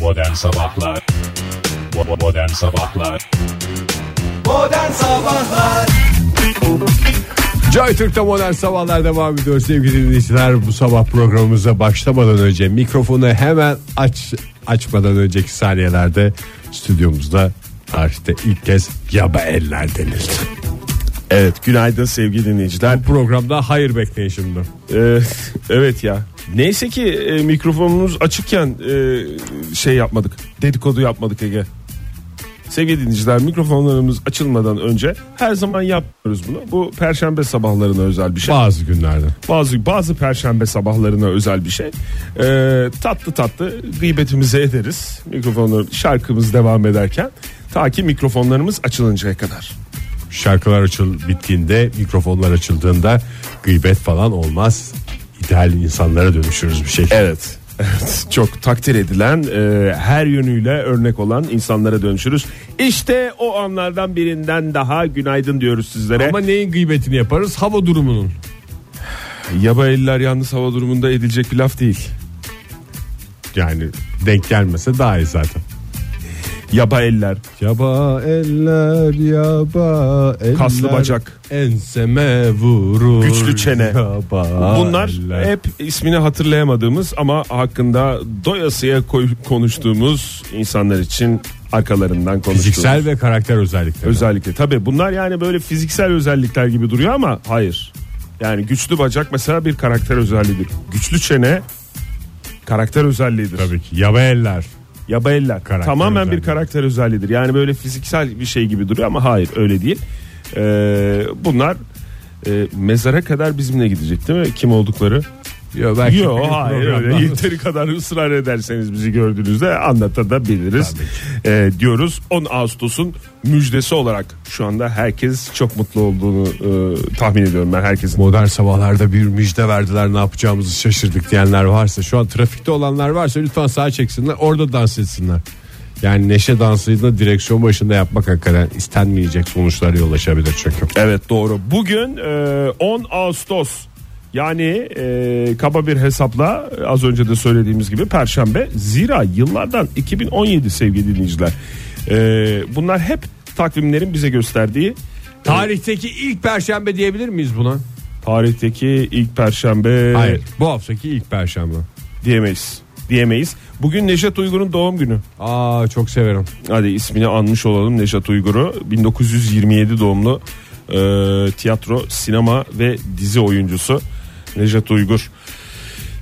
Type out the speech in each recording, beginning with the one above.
Modern Sabahlar Bo- Modern Sabahlar Modern Sabahlar Joy Türk'te modern sabahlar devam ediyor sevgili dinleyiciler. Bu sabah programımıza başlamadan önce mikrofonu hemen aç açmadan önceki saniyelerde stüdyomuzda tarihte ilk kez yaba eller denildi. Evet günaydın sevgili dinleyiciler. Programda hayır bekleyişimdi. Ee, evet ya. Neyse ki e, mikrofonumuz açıkken e, şey yapmadık. Dedikodu yapmadık Ege. Sevgili dinleyiciler mikrofonlarımız açılmadan önce her zaman yapmıyoruz bunu. Bu perşembe sabahlarına özel bir şey. Bazı günlerde. Bazı bazı perşembe sabahlarına özel bir şey. Ee, tatlı tatlı gıybetimizi ederiz. Mikrofonlar şarkımız devam ederken ta ki mikrofonlarımız açılıncaya kadar. Şarkılar açıl bittiğinde mikrofonlar açıldığında gıybet falan olmaz. İdeal insanlara dönüşürüz bir şey. Evet. Evet, çok takdir edilen e, her yönüyle örnek olan insanlara dönüşürüz. İşte o anlardan birinden daha günaydın diyoruz sizlere. Ama neyin gıybetini yaparız? Hava durumunun. yaba eller yalnız hava durumunda edilecek bir laf değil. Yani denk gelmese daha iyi zaten. Yaba eller. Yaba eller yaba eller Kaslı bacak. Enseme vurur Güçlü çene. yaba Bunlar eller. hep ismini hatırlayamadığımız ama hakkında doyasıya koy, konuştuğumuz insanlar için arkalarından konuştuğumuz. fiziksel ve karakter özellikleri Özellikle tabi bunlar yani böyle fiziksel özellikler gibi duruyor ama hayır. Yani güçlü bacak mesela bir karakter özelliğidir. Güçlü çene karakter özelliğidir. tabii ki yaba eller Yaba eller Karakter tamamen özelliği. bir karakter özelliğidir. Yani böyle fiziksel bir şey gibi duruyor ama hayır öyle değil. Ee, bunlar e, mezara kadar bizimle gidecek değil mi? Kim oldukları? Yo, belki Yo bir hayır programda- öyle. Yeteri kadar ısrar ederseniz bizi gördüğünüzde anlatabiliriz Tabii Ee, diyoruz. 10 Ağustos'un müjdesi olarak şu anda herkes çok mutlu olduğunu e, tahmin ediyorum ben herkesin. Modern sabahlarda bir müjde verdiler ne yapacağımızı şaşırdık diyenler varsa şu an trafikte olanlar varsa lütfen sağa çeksinler orada dans etsinler. Yani neşe dansını direksiyon başında yapmak hakikaten istenmeyecek sonuçlara yol açabilir çünkü. Evet doğru. Bugün e, 10 Ağustos yani e, kaba bir hesapla e, az önce de söylediğimiz gibi Perşembe. Zira yıllardan 2017 sevgili dinleyiciler. E, bunlar hep takvimlerin bize gösterdiği Tarihteki ilk perşembe diyebilir miyiz buna? tarihteki ilk Perşembe. Hayır. Bu haftaki ilk perşembe. diyemeyiz. Diyemeyiz. Bugün Neşet Uygur'un doğum günü. Aa çok severim. Hadi ismini anmış olalım Neşet Uygur'u. 1927 doğumlu e, tiyatro, sinema ve dizi oyuncusu Neşet Uygur.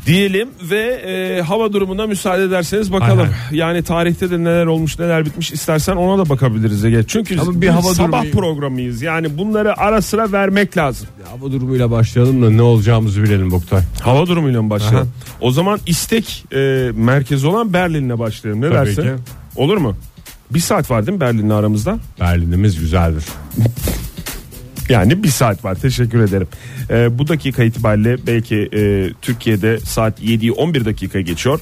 Diyelim ve e, hava durumuna müsaade ederseniz bakalım. Hay Yani tarihte de neler olmuş neler bitmiş istersen ona da bakabiliriz Ege. Çünkü Ama bir bir hava sabah durumu- programıyız. Yani bunları ara sıra vermek lazım. Hava durumuyla başlayalım da ne olacağımızı bilelim Oktay. Hava durumuyla mı başlayalım? O zaman istek e, merkezi olan Berlin'le başlayalım. Ne Tabii dersin? ki. Olur mu? Bir saat var değil mi Berlin'le aramızda? Berlin'imiz güzeldir. Yani bir saat var. Teşekkür ederim. E, bu dakika itibariyle belki e, Türkiye'de saat 7'yi 11 dakika geçiyor.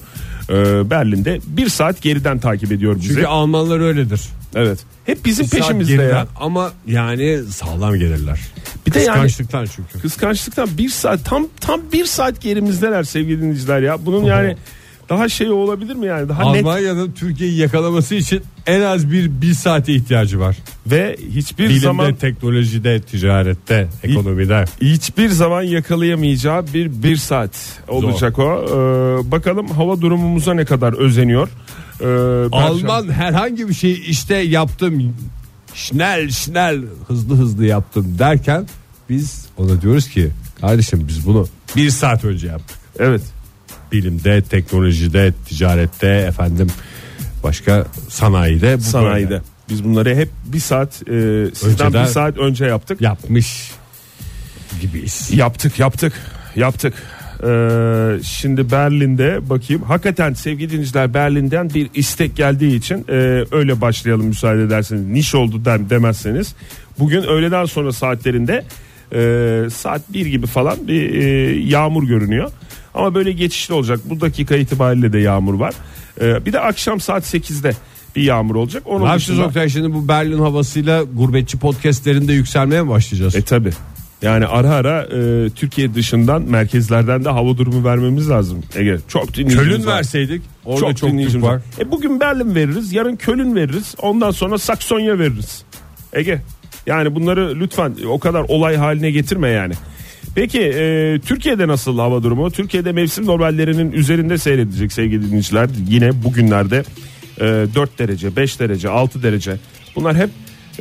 E, Berlin'de bir saat geriden takip ediyor bizi. Çünkü Almanlar öyledir. evet. Hep bizim Saat peşimizde geriden ya. Ama yani sağlam gelirler. Bir de yani- Kıskançlıktan çünkü. Kıskançlıktan bir saat tam tam bir saat gerimizdeler sevgili dinleyiciler ya. Bunun yani daha şey olabilir mi yani? Daha net Almanya'nın Türkiye'yi yakalaması için en az bir bir saate ihtiyacı var. ve hiçbir Bilimde, zaman teknolojide, ticarette, ekonomide. Hiçbir zaman yakalayamayacağı bir bir saat olacak o. Ee, bakalım hava durumumuza ne kadar özeniyor. Ee, Perşembe- Alman herhangi bir şeyi işte yaptım şnel şnel hızlı hızlı yaptım derken biz ona diyoruz ki kardeşim biz bunu bir saat önce yaptık. Evet. Bilimde, teknolojide, ticarette efendim başka sanayide. bu Sanayide. böyle Biz bunları hep bir saat e, sizden Önceden- bir saat önce yaptık. Yapmış gibiyiz. Yaptık yaptık yaptık. Ee, şimdi Berlin'de bakayım. Hakikaten sevgili dinleyiciler Berlin'den bir istek geldiği için e, öyle başlayalım müsaade ederseniz. Niş oldu dem demezseniz. Bugün öğleden sonra saatlerinde e, saat 1 gibi falan bir e, yağmur görünüyor. Ama böyle geçişli olacak. Bu dakika itibariyle de yağmur var. E, bir de akşam saat 8'de bir yağmur olacak. Onun Ne yapacağız dışında- Oktay şimdi bu Berlin havasıyla gurbetçi podcastlerinde yükselmeye mi başlayacağız? E tabi. Yani ara ara e, Türkiye dışından merkezlerden de hava durumu vermemiz lazım. Ege çok dinleyicimiz Kölün var. verseydik orada çok, Türk dinleyicimiz var. E, bugün Berlin veririz, yarın Köln veririz, ondan sonra Saksonya veririz. Ege yani bunları lütfen o kadar olay haline getirme yani. Peki e, Türkiye'de nasıl hava durumu? Türkiye'de mevsim normallerinin üzerinde seyredecek sevgili dinleyiciler. Yine bugünlerde e, 4 derece, 5 derece, 6 derece. Bunlar hep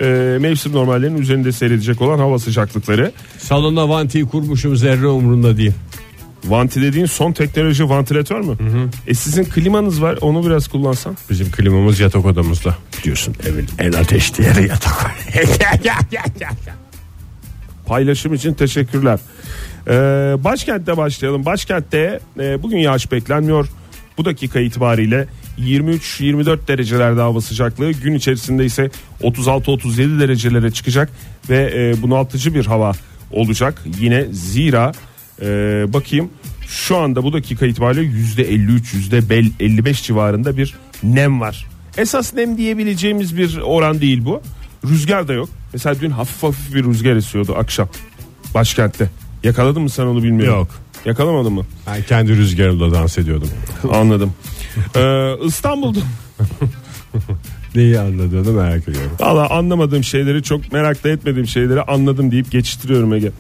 e, mevsim normallerinin üzerinde seyredecek olan hava sıcaklıkları. Salona vantiyi kurmuşum zerre umrunda değil. Vanti dediğin son teknoloji vantilatör mü? E sizin klimanız var onu biraz kullansan. Bizim klimamız yatak odamızda. Diyorsun evin en ateşli yeri yatak. Paylaşım için teşekkürler. Ee, başkent'te başlayalım. Başkent'te e, bugün yağış beklenmiyor. Bu dakika itibariyle 23-24 derecelerde hava sıcaklığı gün içerisinde ise 36-37 derecelere çıkacak ve e, bunaltıcı bir hava olacak. Yine zira e, bakayım şu anda bu dakika itibariyle %53 %55 civarında bir nem var. Esas nem diyebileceğimiz bir oran değil bu. Rüzgar da yok. Mesela dün hafif hafif bir rüzgar esiyordu akşam başkentte. Yakaladın mı sen onu bilmiyorum. Yok. Yakalamadın mı? ben kendi rüzgarımla dans ediyordum. Anladım. Ee, İstanbul'da Neyi anladığını merak ediyorum. Valla anlamadığım şeyleri çok merakla etmediğim şeyleri anladım deyip geçiştiriyorum Ege.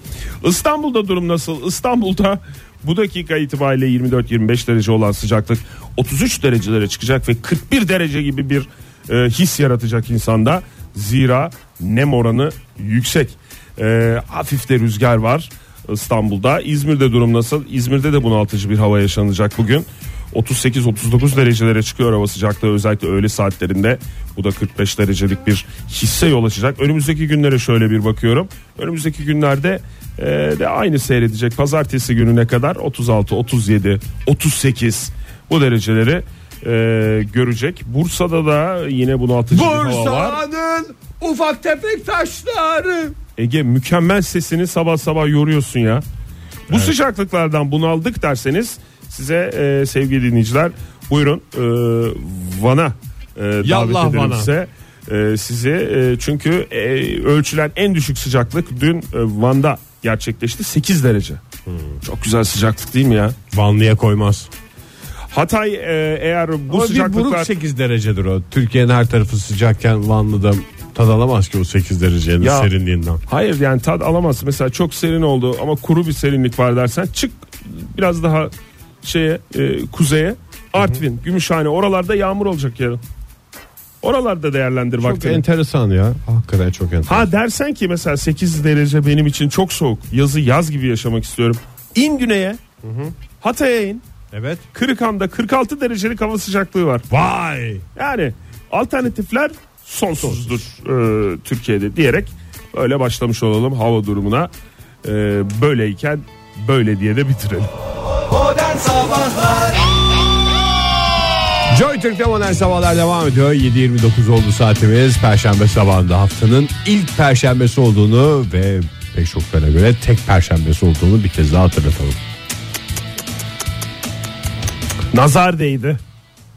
İstanbul'da durum nasıl? İstanbul'da bu dakika itibariyle 24-25 derece olan sıcaklık 33 derecelere çıkacak ve 41 derece gibi bir e, his yaratacak insanda. Zira nem oranı yüksek. E, hafif de rüzgar var İstanbul'da. İzmir'de durum nasıl? İzmir'de de bunaltıcı bir hava yaşanacak bugün. 38-39 derecelere çıkıyor hava sıcaklığı özellikle öğle saatlerinde. Bu da 45 derecelik bir hisse yol açacak. Önümüzdeki günlere şöyle bir bakıyorum. Önümüzdeki günlerde e, de aynı seyredecek. Pazartesi gününe kadar 36, 37, 38 bu dereceleri e, görecek. Bursa'da da yine bunaltıcı bir hava var. ufak tefek taşları. Ege mükemmel sesini sabah sabah yoruyorsun ya. Bu sıcaklıklardan bunaldık derseniz size e, sevgili dinleyiciler buyurun e, Van'a e, davet Yallah ederim Van'a. size. E, sizi e, çünkü e, ölçülen en düşük sıcaklık dün e, Van'da gerçekleşti 8 derece. Hmm. Çok güzel sıcaklık değil mi ya? Vanlıya koymaz. Hatay e, eğer bu Ama bir buruk sıcaklıklar 8 derecedir o. Türkiye'nin her tarafı sıcakken Vanlı'da tadalamaz ki o 8 derecenin Ya. serinliğinden. Hayır yani tad alamazsın. Mesela çok serin oldu ama kuru bir serinlik var dersen çık biraz daha şeye e, kuzeye Artvin, Gümüşhane oralarda yağmur olacak yarın. Oralarda değerlendir Çok vaktini. enteresan ya. Hakikaten çok enteresan. ha dersen ki mesela 8 derece benim için çok soğuk. Yazı yaz gibi yaşamak istiyorum. İn güneye. Hatay'a in. Evet. Kırıkhan'da 46 derecelik hava sıcaklığı var. Vay. Yani alternatifler sonsuzdur e, Türkiye'de diyerek öyle başlamış olalım hava durumuna. E, böyleyken böyle diye de bitirelim. Modern Sabahlar Joy Türk'te modern sabahlar devam ediyor. 7.29 oldu saatimiz. Perşembe sabahında haftanın ilk perşembesi olduğunu ve pek çoklarına göre tek perşembesi olduğunu bir kez daha hatırlatalım. Nazar değdi.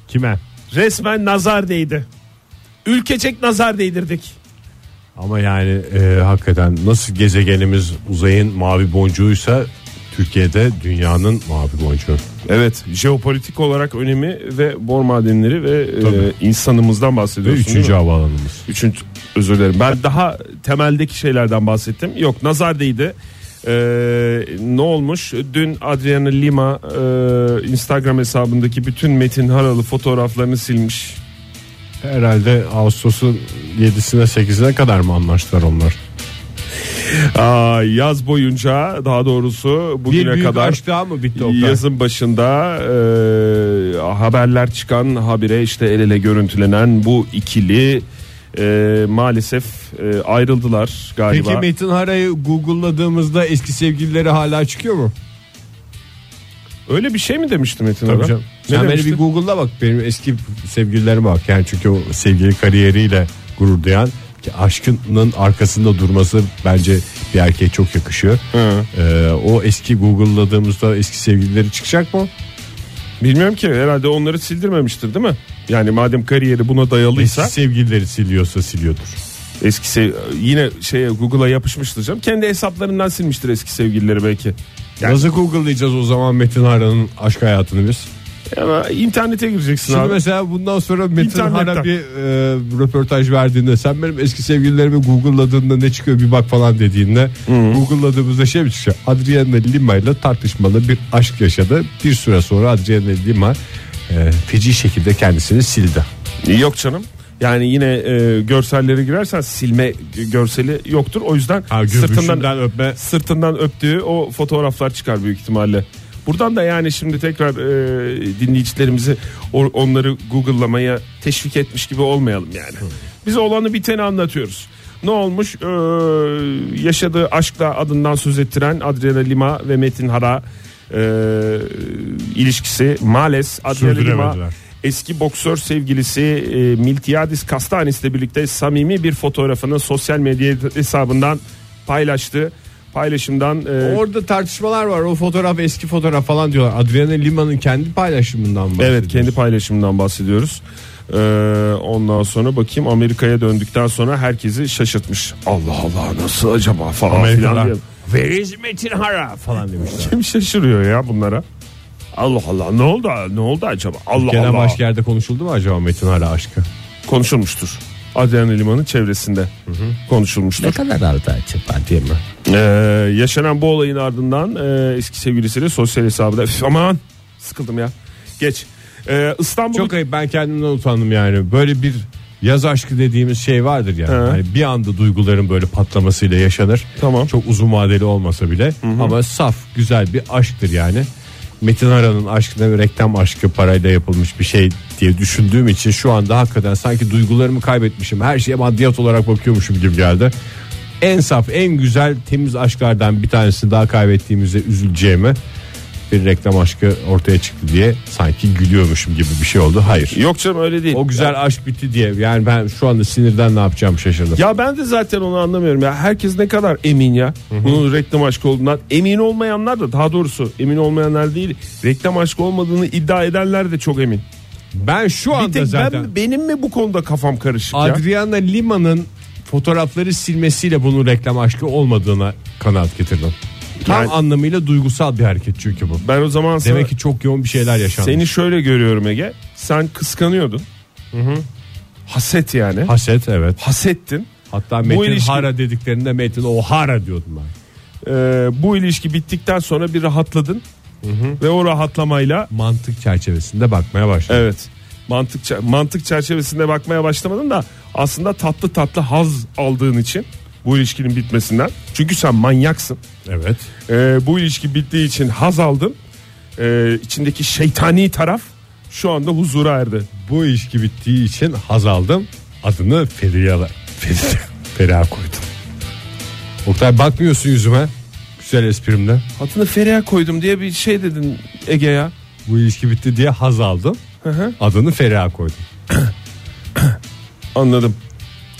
Kime? Resmen nazar değdi. Ülkecek nazar değdirdik. Ama yani e, hakikaten nasıl gezegenimiz uzayın mavi boncuğuysa Türkiye'de dünyanın mavi boncuğu. Evet jeopolitik olarak önemi ve bor madenleri ve Tabii. e, insanımızdan Ve bahsediyorsun. üçüncü değil mi? havaalanımız. Üçüncü özür dilerim. Ben daha temeldeki şeylerden bahsettim. Yok nazar değdi. Ee, ne olmuş? Dün Adriana Lima e, Instagram hesabındaki bütün Metin Haralı fotoğraflarını silmiş. Herhalde Ağustos'un 7'sine 8'ine kadar mı anlaştılar onlar? Aa, yaz boyunca daha doğrusu bugüne kadar daha mı bitti Yazın başında e, haberler çıkan habire işte el ele görüntülenen bu ikili e, maalesef e, ayrıldılar galiba. Peki Metin Hara'yı Google'ladığımızda eski sevgilileri hala çıkıyor mu? Öyle bir şey mi demişti Metin Ara? Hocam, Ne Sen beni demişti? bir Google'da bak benim eski sevgililerime bak yani çünkü o sevgili kariyeriyle gurur duyan ki aşkının arkasında durması bence bir erkeğe çok yakışıyor. Hı. Ee, o eski Google'ladığımızda eski sevgilileri çıkacak mı? Bilmiyorum ki herhalde onları sildirmemiştir değil mi? Yani madem kariyeri buna Eski dayalıysa sevgilileri siliyorsa siliyordur. Eski sev- yine şeye Google'a yapışmıştır canım. Kendi hesaplarından silmiştir eski sevgilileri belki. Yani- Nasıl Google'layacağız o zaman Metin Hara'nın aşk hayatını biz? Ama internete gireceksin Şimdi abi. mesela bundan sonra Metin İnternetten. Hara bir e, röportaj verdiğinde sen benim eski sevgililerimi Google'ladığında ne çıkıyor bir bak falan dediğinde Hmm. Google'ladığımızda şey mi çıkıyor? Adriana Lima ile tartışmalı bir aşk yaşadı. Bir süre sonra Adriana Lima e, feci şekilde kendisini sildi. Yok canım. Yani yine e, görselleri girersen silme görseli yoktur. O yüzden sırtından öpme. sırtından öptüğü o fotoğraflar çıkar büyük ihtimalle. Buradan da yani şimdi tekrar e, dinleyicilerimizi o- onları Google'lamaya teşvik etmiş gibi olmayalım yani. Biz olanı biteni anlatıyoruz. Ne olmuş? E, yaşadığı aşkla adından söz ettiren Adriana Lima ve Metin Hara e, ilişkisi maalesef Adriana Lima Sürdüremediler. eski boksör sevgilisi e, Miltiadis Kastanis ile birlikte samimi bir fotoğrafını sosyal medya hesabından paylaştı. Paylaşımdan e, Orada tartışmalar var. O fotoğraf eski fotoğraf falan diyorlar. Adriana Lima'nın kendi paylaşımından bahsediyor. evet kendi paylaşımından bahsediyoruz. E, ondan sonra bakayım Amerika'ya döndükten sonra herkesi şaşırtmış. Allah Allah nasıl acaba falan filan Amerikalar. diye. Where is Metin Hara falan demişler. Kim şaşırıyor ya bunlara? Allah Allah ne oldu ne oldu acaba? Allah Genel Allah başka yerde konuşuldu mu acaba Metin Hara aşkı? konuşulmuştur. Adriana Lima'nın çevresinde konuşulmuştur. kadar arada acaba diye mi? Ee, yaşanan bu olayın ardından e, eski sevgilisiyle sosyal hesabında Üf, aman sıkıldım ya geç ee, İstanbul Çok ayıp ben kendimden utandım yani. Böyle bir yaz aşkı dediğimiz şey vardır yani. He. Hani bir anda duyguların böyle patlamasıyla yaşanır. Tamam. Çok uzun vadeli olmasa bile ama saf güzel bir aşktır yani. Metin Ara'nın aşkına bir reklam aşkı parayla yapılmış bir şey diye düşündüğüm için şu anda hakikaten sanki duygularımı kaybetmişim. Her şeye maddiyat olarak bakıyormuşum gibi geldi. En saf, en güzel, temiz aşklardan bir tanesini daha kaybettiğimize üzüleceğime bir reklam aşkı ortaya çıktı diye sanki gülüyormuşum gibi bir şey oldu. Hayır. yok canım öyle değil O güzel aşk bitti diye. Yani ben şu anda sinirden ne yapacağımı şaşırdım. ya ben de zaten onu anlamıyorum ya herkes ne kadar emin ya bunun reklam aşkı olduğundan emin olmayanlar da daha doğrusu emin olmayanlar değil reklam aşkı olmadığını iddia edenler de çok emin Ben şu bir anda tek zaten ben benim mi bu konuda kafam karışık ya Adriana Lima'nın fotoğrafları silmesiyle bunun reklam aşkı olmadığına kanaat getirdim. Tam Yani- anlamıyla duygusal bir hareket çünkü bu. ben o zaman sana- Demek ki çok yoğun bir şeyler yaşandı. seni şöyle görüyorum Ege sen kıskanıyordun haset yani haset evet. hasettin Hatta Metin ilişki- Hara dediklerinde Metin o Hara diyordum ben. Ee, bu ilişki bittikten sonra bir rahatladın ve o rahatlamayla Mantık çerçevesinde bakmaya başladım. evet mantık çer- mantık çerçevesinde bakmaya başlamadın da aslında tatlı tatlı haz aldığın için bu ilişkinin bitmesinden çünkü sen manyaksın Evet. Ee, bu ilişki bittiği için haz aldın Ee, içindeki şeytani taraf şu anda huzura erdi Bu ilişki bittiği için haz aldım. Adını Feriha'la. Feriha, Feriha koydum. Oktay bakmıyorsun yüzüme. Güzel esprimle. adını Feriha koydum diye bir şey dedin Ege ya Bu ilişki bitti diye haz aldım. hı. Adını Feriha koydum. anladım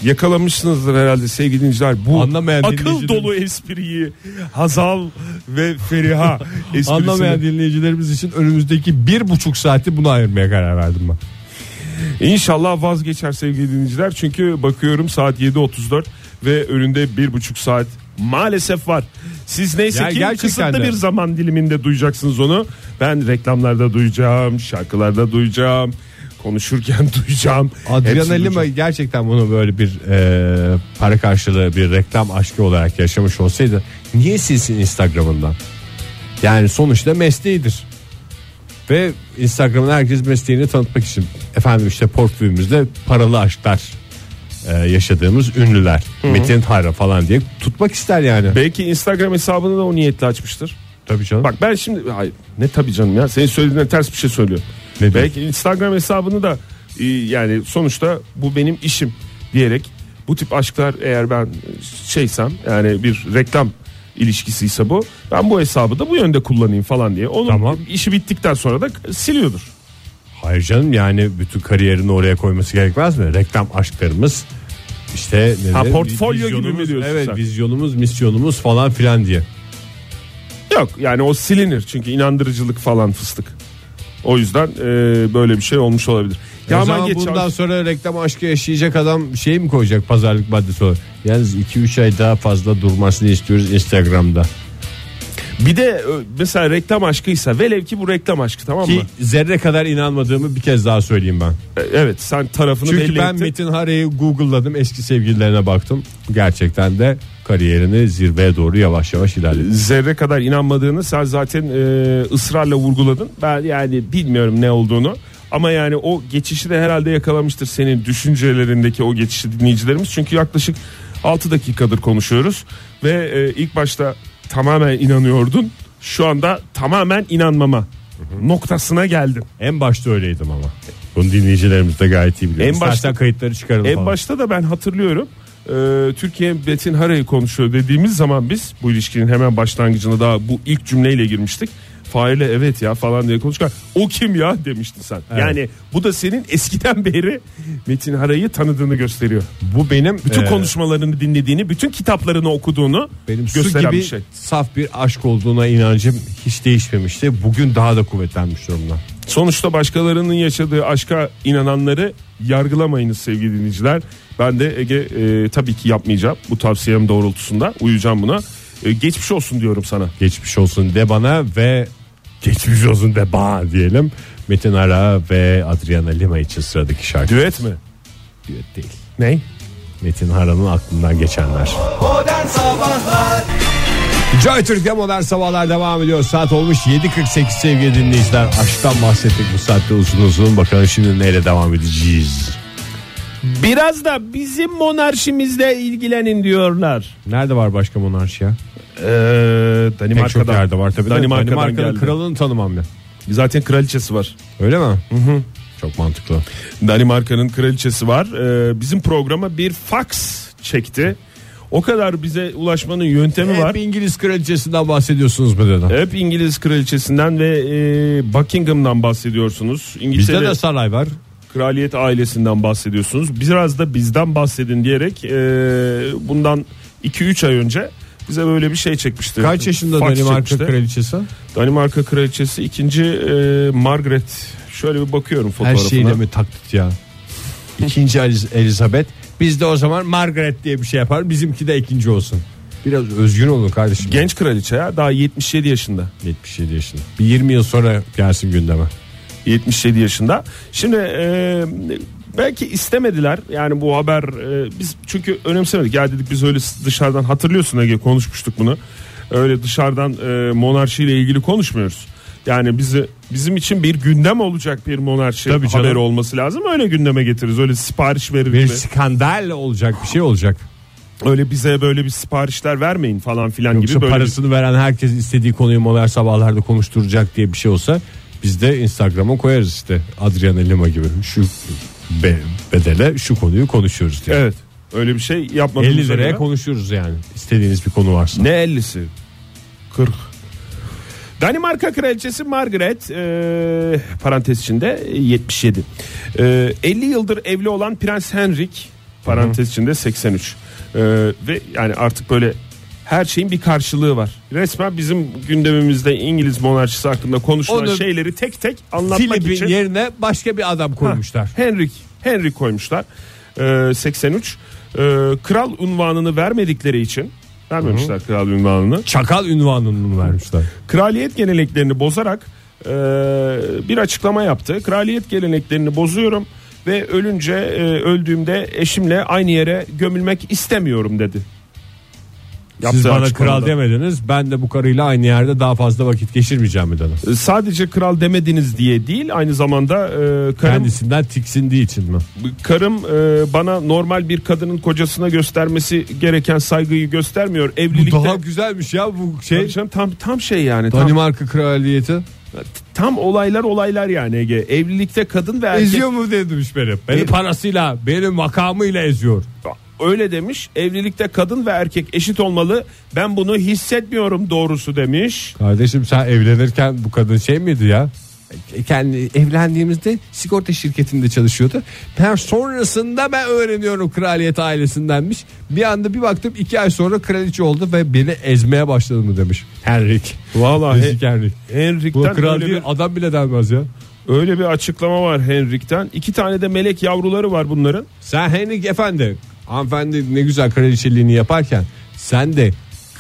yakalamışsınızdır herhalde sevgili dinleyiciler bu Anlamayan akıl dinleyicilerimiz- dolu espriyi Hazal ve Feriha esprisini Anlamayan dinleyicilerimiz için önümüzdeki bir buçuk saati buna ayırmaya karar verdim ben. İnşallah vazgeçer sevgili dinleyiciler. Çünkü bakıyorum saat 7.34 ve önünde bir buçuk saat maalesef var. Siz neyse Ya ki gerçekten kısıtlı de. bir zaman diliminde duyacaksınız onu. Ben reklamlarda duyacağım, şarkılarda duyacağım, konuşurken duyacağım. Adriana Lima Hepsini duyacağım. gerçekten bunu böyle bir e, para karşılığı bir reklam aşkı olarak yaşamış olsaydı niye silsin Instagram'ından? Yani sonuçta mesleğidir. Ve Instagram'da herkes mesleğini tanıtmak için efendim işte portföyümüzde paralı aşklar e, yaşadığımız ünlüler. Metin Hara falan diye tutmak ister yani. Belki Instagram hesabını da o niyetle açmıştır. Tabii canım. Bak ben şimdi hayır ne tabii canım ya senin söylediğine ters bir şey söylüyorum. Ne diyor? Belki Instagram hesabını da e, yani sonuçta bu benim işim diyerek bu tip aşklar eğer ben e, şeysem yani bir reklam ilişkisiyse bu ben bu hesabı da bu yönde kullanayım falan diye. Onun Tamam. işi bittikten sonra da siliyordur. Hayır canım yani bütün kariyerini oraya koyması gerekmez mi? Reklam aşklarımız işte ne Ha, derim, portfolyo gibi mi vizyonumuz, diyorsun Evet sen? vizyonumuz misyonumuz falan filan diye. Yok yani o silinir çünkü inandırıcılık falan fıstık. O yüzden e, böyle bir şey olmuş olabilir. Ya o Yaman zaman Geç bundan Çarşı- sonra reklam aşkı yaşayacak adam şey mi koyacak pazarlık maddesi olarak? Yalnız 2-3 ay daha fazla durmasını istiyoruz Instagram'da. Bir de e, mesela reklam aşkıysa velev ki bu reklam aşkı tamam mı? Ki zerre kadar inanmadığımı bir kez daha söyleyeyim ben. E, Evet sen tarafını Çünkü belli ben ettin. Metin Hara'yı Google'ladım eski sevgililerine baktım. Gerçekten de kariyerini zirveye doğru yavaş yavaş ilerledi. zerre kadar inanmadığını sen zaten e, ısrarla vurguladın. Ben yani bilmiyorum ne olduğunu. Ama yani o geçişi de herhalde yakalamıştır senin düşüncelerindeki o geçişi dinleyicilerimiz. Çünkü yaklaşık 6 dakikadır konuşuyoruz. Ve e, ilk başta tamamen inanıyordun. Şu anda tamamen inanmama noktasına geldin. En başta öyleydim ama. Bunu dinleyicilerimiz de gayet iyi biliyor. En En başta başta- kayıtları çıkaralım En falan. başta da ben hatırlıyorum. Ee, Türkiye Betin Hara'yı konuşuyor dediğimiz zaman biz bu ilişkinin hemen başlangıcına daha bu ilk cümleyle girmiştik. Fahir'le evet ya falan diye konuşurken o kim ya demiştin sen. Evet. Yani bu da senin eskiden beri Metin Hara'yı tanıdığını gösteriyor. bu benim Bütün e, konuşmalarını dinlediğini, bütün kitaplarını okuduğunu benim su gösteren gibi bir şey. saf bir aşk olduğuna inancım hiç değişmemişti. Bugün daha da kuvvetlenmiş durumda. Sonuçta başkalarının yaşadığı aşka inananları yargılamayınız sevgili dinleyiciler. Ben de Ege e, tabii ki yapmayacağım bu tavsiyem doğrultusunda. Uyuyacağım buna. E, geçmiş olsun diyorum sana. Geçmiş olsun de bana ve geçmiş olsun de bana diyelim. Metin Ara ve Adriana Lima için sıradaki şarkı. Düet mi? Düet değil. Ney? Metin Hara'nın aklından geçenler. Modern Sabahlar Joy Türk'te modern sabahlar devam ediyor. Saat olmuş 7.48 sevgili dinleyiciler. Aşktan bahsettik bu saatte uzun uzun. Bakalım şimdi neyle devam edeceğiz. Biraz da bizim monarşimizle ilgilenin diyorlar. Nerede var başka monarşi ya? Ee, Pek çok Danimarka'da. yerde var tabii. de. Danimarka'dan Danimarka'nın geldi. kralını tanımam ben. Zaten kraliçesi var. Öyle mi? Çok mantıklı. Danimarka'nın kraliçesi var. Ee, bizim programa bir fax çekti. O kadar bize ulaşmanın yöntemi var. Hep İngiliz kraliçesinden bahsediyorsunuz bu dönem. Hep İngiliz kraliçesinden ve e, Buckingham'dan bahsediyorsunuz. Bizde İngiltere de saray var. kraliyet ailesinden bahsediyorsunuz. Biraz da bizden bahsedin diyerek e, bundan 2-3 ay önce bize böyle bir şey çekmişti. Kaç yaşında Fax Danimarka çekmişti. kraliçesi? Danimarka kraliçesi ikinci e, Margaret. Şöyle bir bakıyorum Her fotoğrafına. şeyle mi taklit ya? İkinci Eliz- Elizabeth. Biz de o zaman Margaret diye bir şey yapar. Bizimki de ikinci olsun. Biraz özgün olun kardeşim. Genç kraliçe ya daha 77 yaşında. 77 yaşında. Bir 20 yıl sonra gelsin gündeme. 77 yaşında. Şimdi e, belki istemediler yani bu haber e, biz çünkü önemsemedik. Ya dedik biz öyle dışarıdan hatırlıyorsun Ege konuşmuştuk bunu. Öyle dışarıdan e, monarşiyle ilgili konuşmuyoruz. Yani bizi bizim için bir gündem olacak bir monarşi Tabii canım. haberi olması lazım. Öyle gündeme getiririz. Öyle sipariş verir Bir gibi. skandal olacak bir şey olacak. Öyle bize böyle bir siparişler vermeyin falan filan Yoksa gibi böyle parasını veren herkes istediği konuyu modern sabahlarda konuşturacak diye bir şey olsa biz de Instagram'a koyarız işte Adriana Lima gibi şu be- bedele şu konuyu konuşuyoruz diye. Evet. Öyle bir şey yapmadığımız 50 liraya üzere. konuşuyoruz yani istediğiniz bir konu varsa. Ne 50'si? 40. Danimarka kraliçesi Margaret e, parantez içinde 77. E, 50 yıldır evli olan Prens Henrik parantez içinde 83. E, ve yani artık böyle her şeyin bir karşılığı var. Resmen bizim gündemimizde İngiliz monarşisi hakkında konuşulan Onu şeyleri tek tek anlatmak Filip'in için yerine başka bir adam koymuşlar. Ha, Henrik Henrik koymuşlar. Ee, 83. Ee, kral unvanını vermedikleri için vermemişler kral unvanını. Çakal ünvanını mı vermişler. Kraliyet geleneklerini bozarak ee, bir açıklama yaptı. Kraliyet geleneklerini bozuyorum ve ölünce e, öldüğümde eşimle aynı yere gömülmek istemiyorum dedi. Siz Yaptığı bana açıklamada. kral demediniz. Ben de bu karıyla aynı yerde daha fazla vakit geçirmeyeceğim dedim. Ee, Sadece kral demediniz diye değil aynı zamanda e, karım Kendisinden tiksindiği için mi? karım e, bana normal bir kadının kocasına göstermesi gereken saygıyı göstermiyor evlilikte. Bu daha güzelmiş ya bu şey. Tabii canım, tam tam şey yani tam, Danimarka kraliyeti. tam olaylar olaylar yani Ege. Evlilikte kadın ve erkek Eziyor mu diye demiş beni. Beni Bir- E, parasıyla, benim makamıyla eziyor. öyle demiş. Evlilikte kadın ve erkek eşit olmalı. Ben bunu hissetmiyorum doğrusu demiş. Kardeşim sen evlenirken bu kadın şey miydi ya? E, Kendi evlendiğimizde sigorta şirketinde çalışıyordu. Ben sonrasında ben öğreniyorum kraliyet ailesindenmiş. Bir anda bir baktım iki ay sonra kraliçe oldu ve beni ezmeye başladı mı demiş. Henrik. Vallahi Ezik Henrik. Henrik'ten Bu kral böyle değil bir- adam bile denmez ya. Öyle bir açıklama var Henrik'ten. İki tane de melek yavruları var bunların. Sen Henrik efendi hanımefendi ne güzel kraliçeliğini yaparken sen de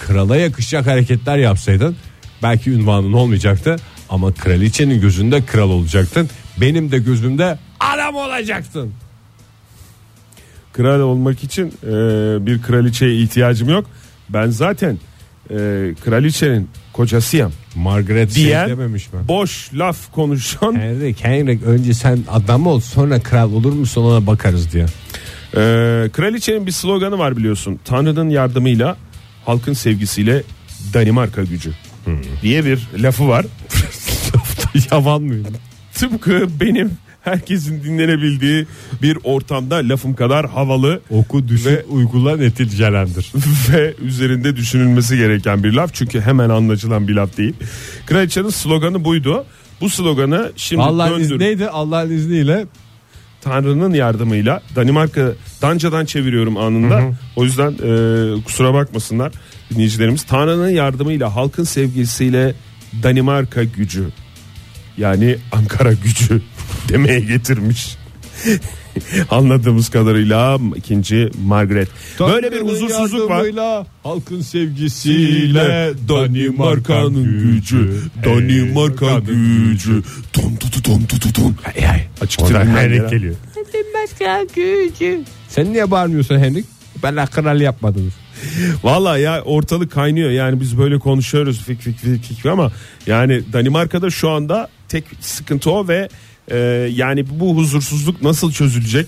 krala yakışacak hareketler yapsaydın belki ünvanın olmayacaktı ama kraliçenin gözünde kral olacaktın. Benim de gözümde adam olacaktın. Kral olmak için e, bir kraliçeye ihtiyacım yok. Ben zaten e, kraliçenin kocasıyım. Margaret şey Diyen dememiş mi? boş laf konuşan Henrik Henrik önce sen adam ol sonra kral olur musun ona bakarız diye. Ee, kraliçenin bir sloganı var biliyorsun. Tanrı'nın yardımıyla, halkın sevgisiyle Danimarka gücü diye bir lafı var. Yavan mıydı? Tıpkı benim herkesin dinlenebildiği bir ortamda lafım kadar havalı Oku düşün Ve- uygula neticelendir. ve üzerinde düşünülmesi gereken bir laf. Çünkü hemen anlaşılan bir laf değil. Kraliçenin sloganı buydu. Bu sloganı şimdi Allah'ın döndür. izni neydi? Allah'ın izniyle Tanrı'nın yardımıyla Danimarka Danca'dan çeviriyorum anında. O yüzden e, kusura bakmasınlar dinleyicilerimiz. Tanrı'nın yardımıyla halkın sevgisiyle Danimarka gücü yani Ankara gücü demeye getirmiş. Anladığımız kadarıyla ikinci Margaret. Böyle bir Tanrı'nın huzursuzluk var. yardımıyla, Halkın sevgisiyle Danimarka'nın Danimarka'nın gücü. Danimarka gücü. Tom tutu tom tutu tom. Açık Oradan tribünden Henrik gelen- geliyor. Sen niye bağırmıyorsun Henrik? Ben akral yapmadınız. Valla ya ortalık kaynıyor yani biz böyle konuşuyoruz fik fik fik fik ama yani Danimarka'da şu anda tek sıkıntı o ve e, yani bu huzursuzluk nasıl çözülecek?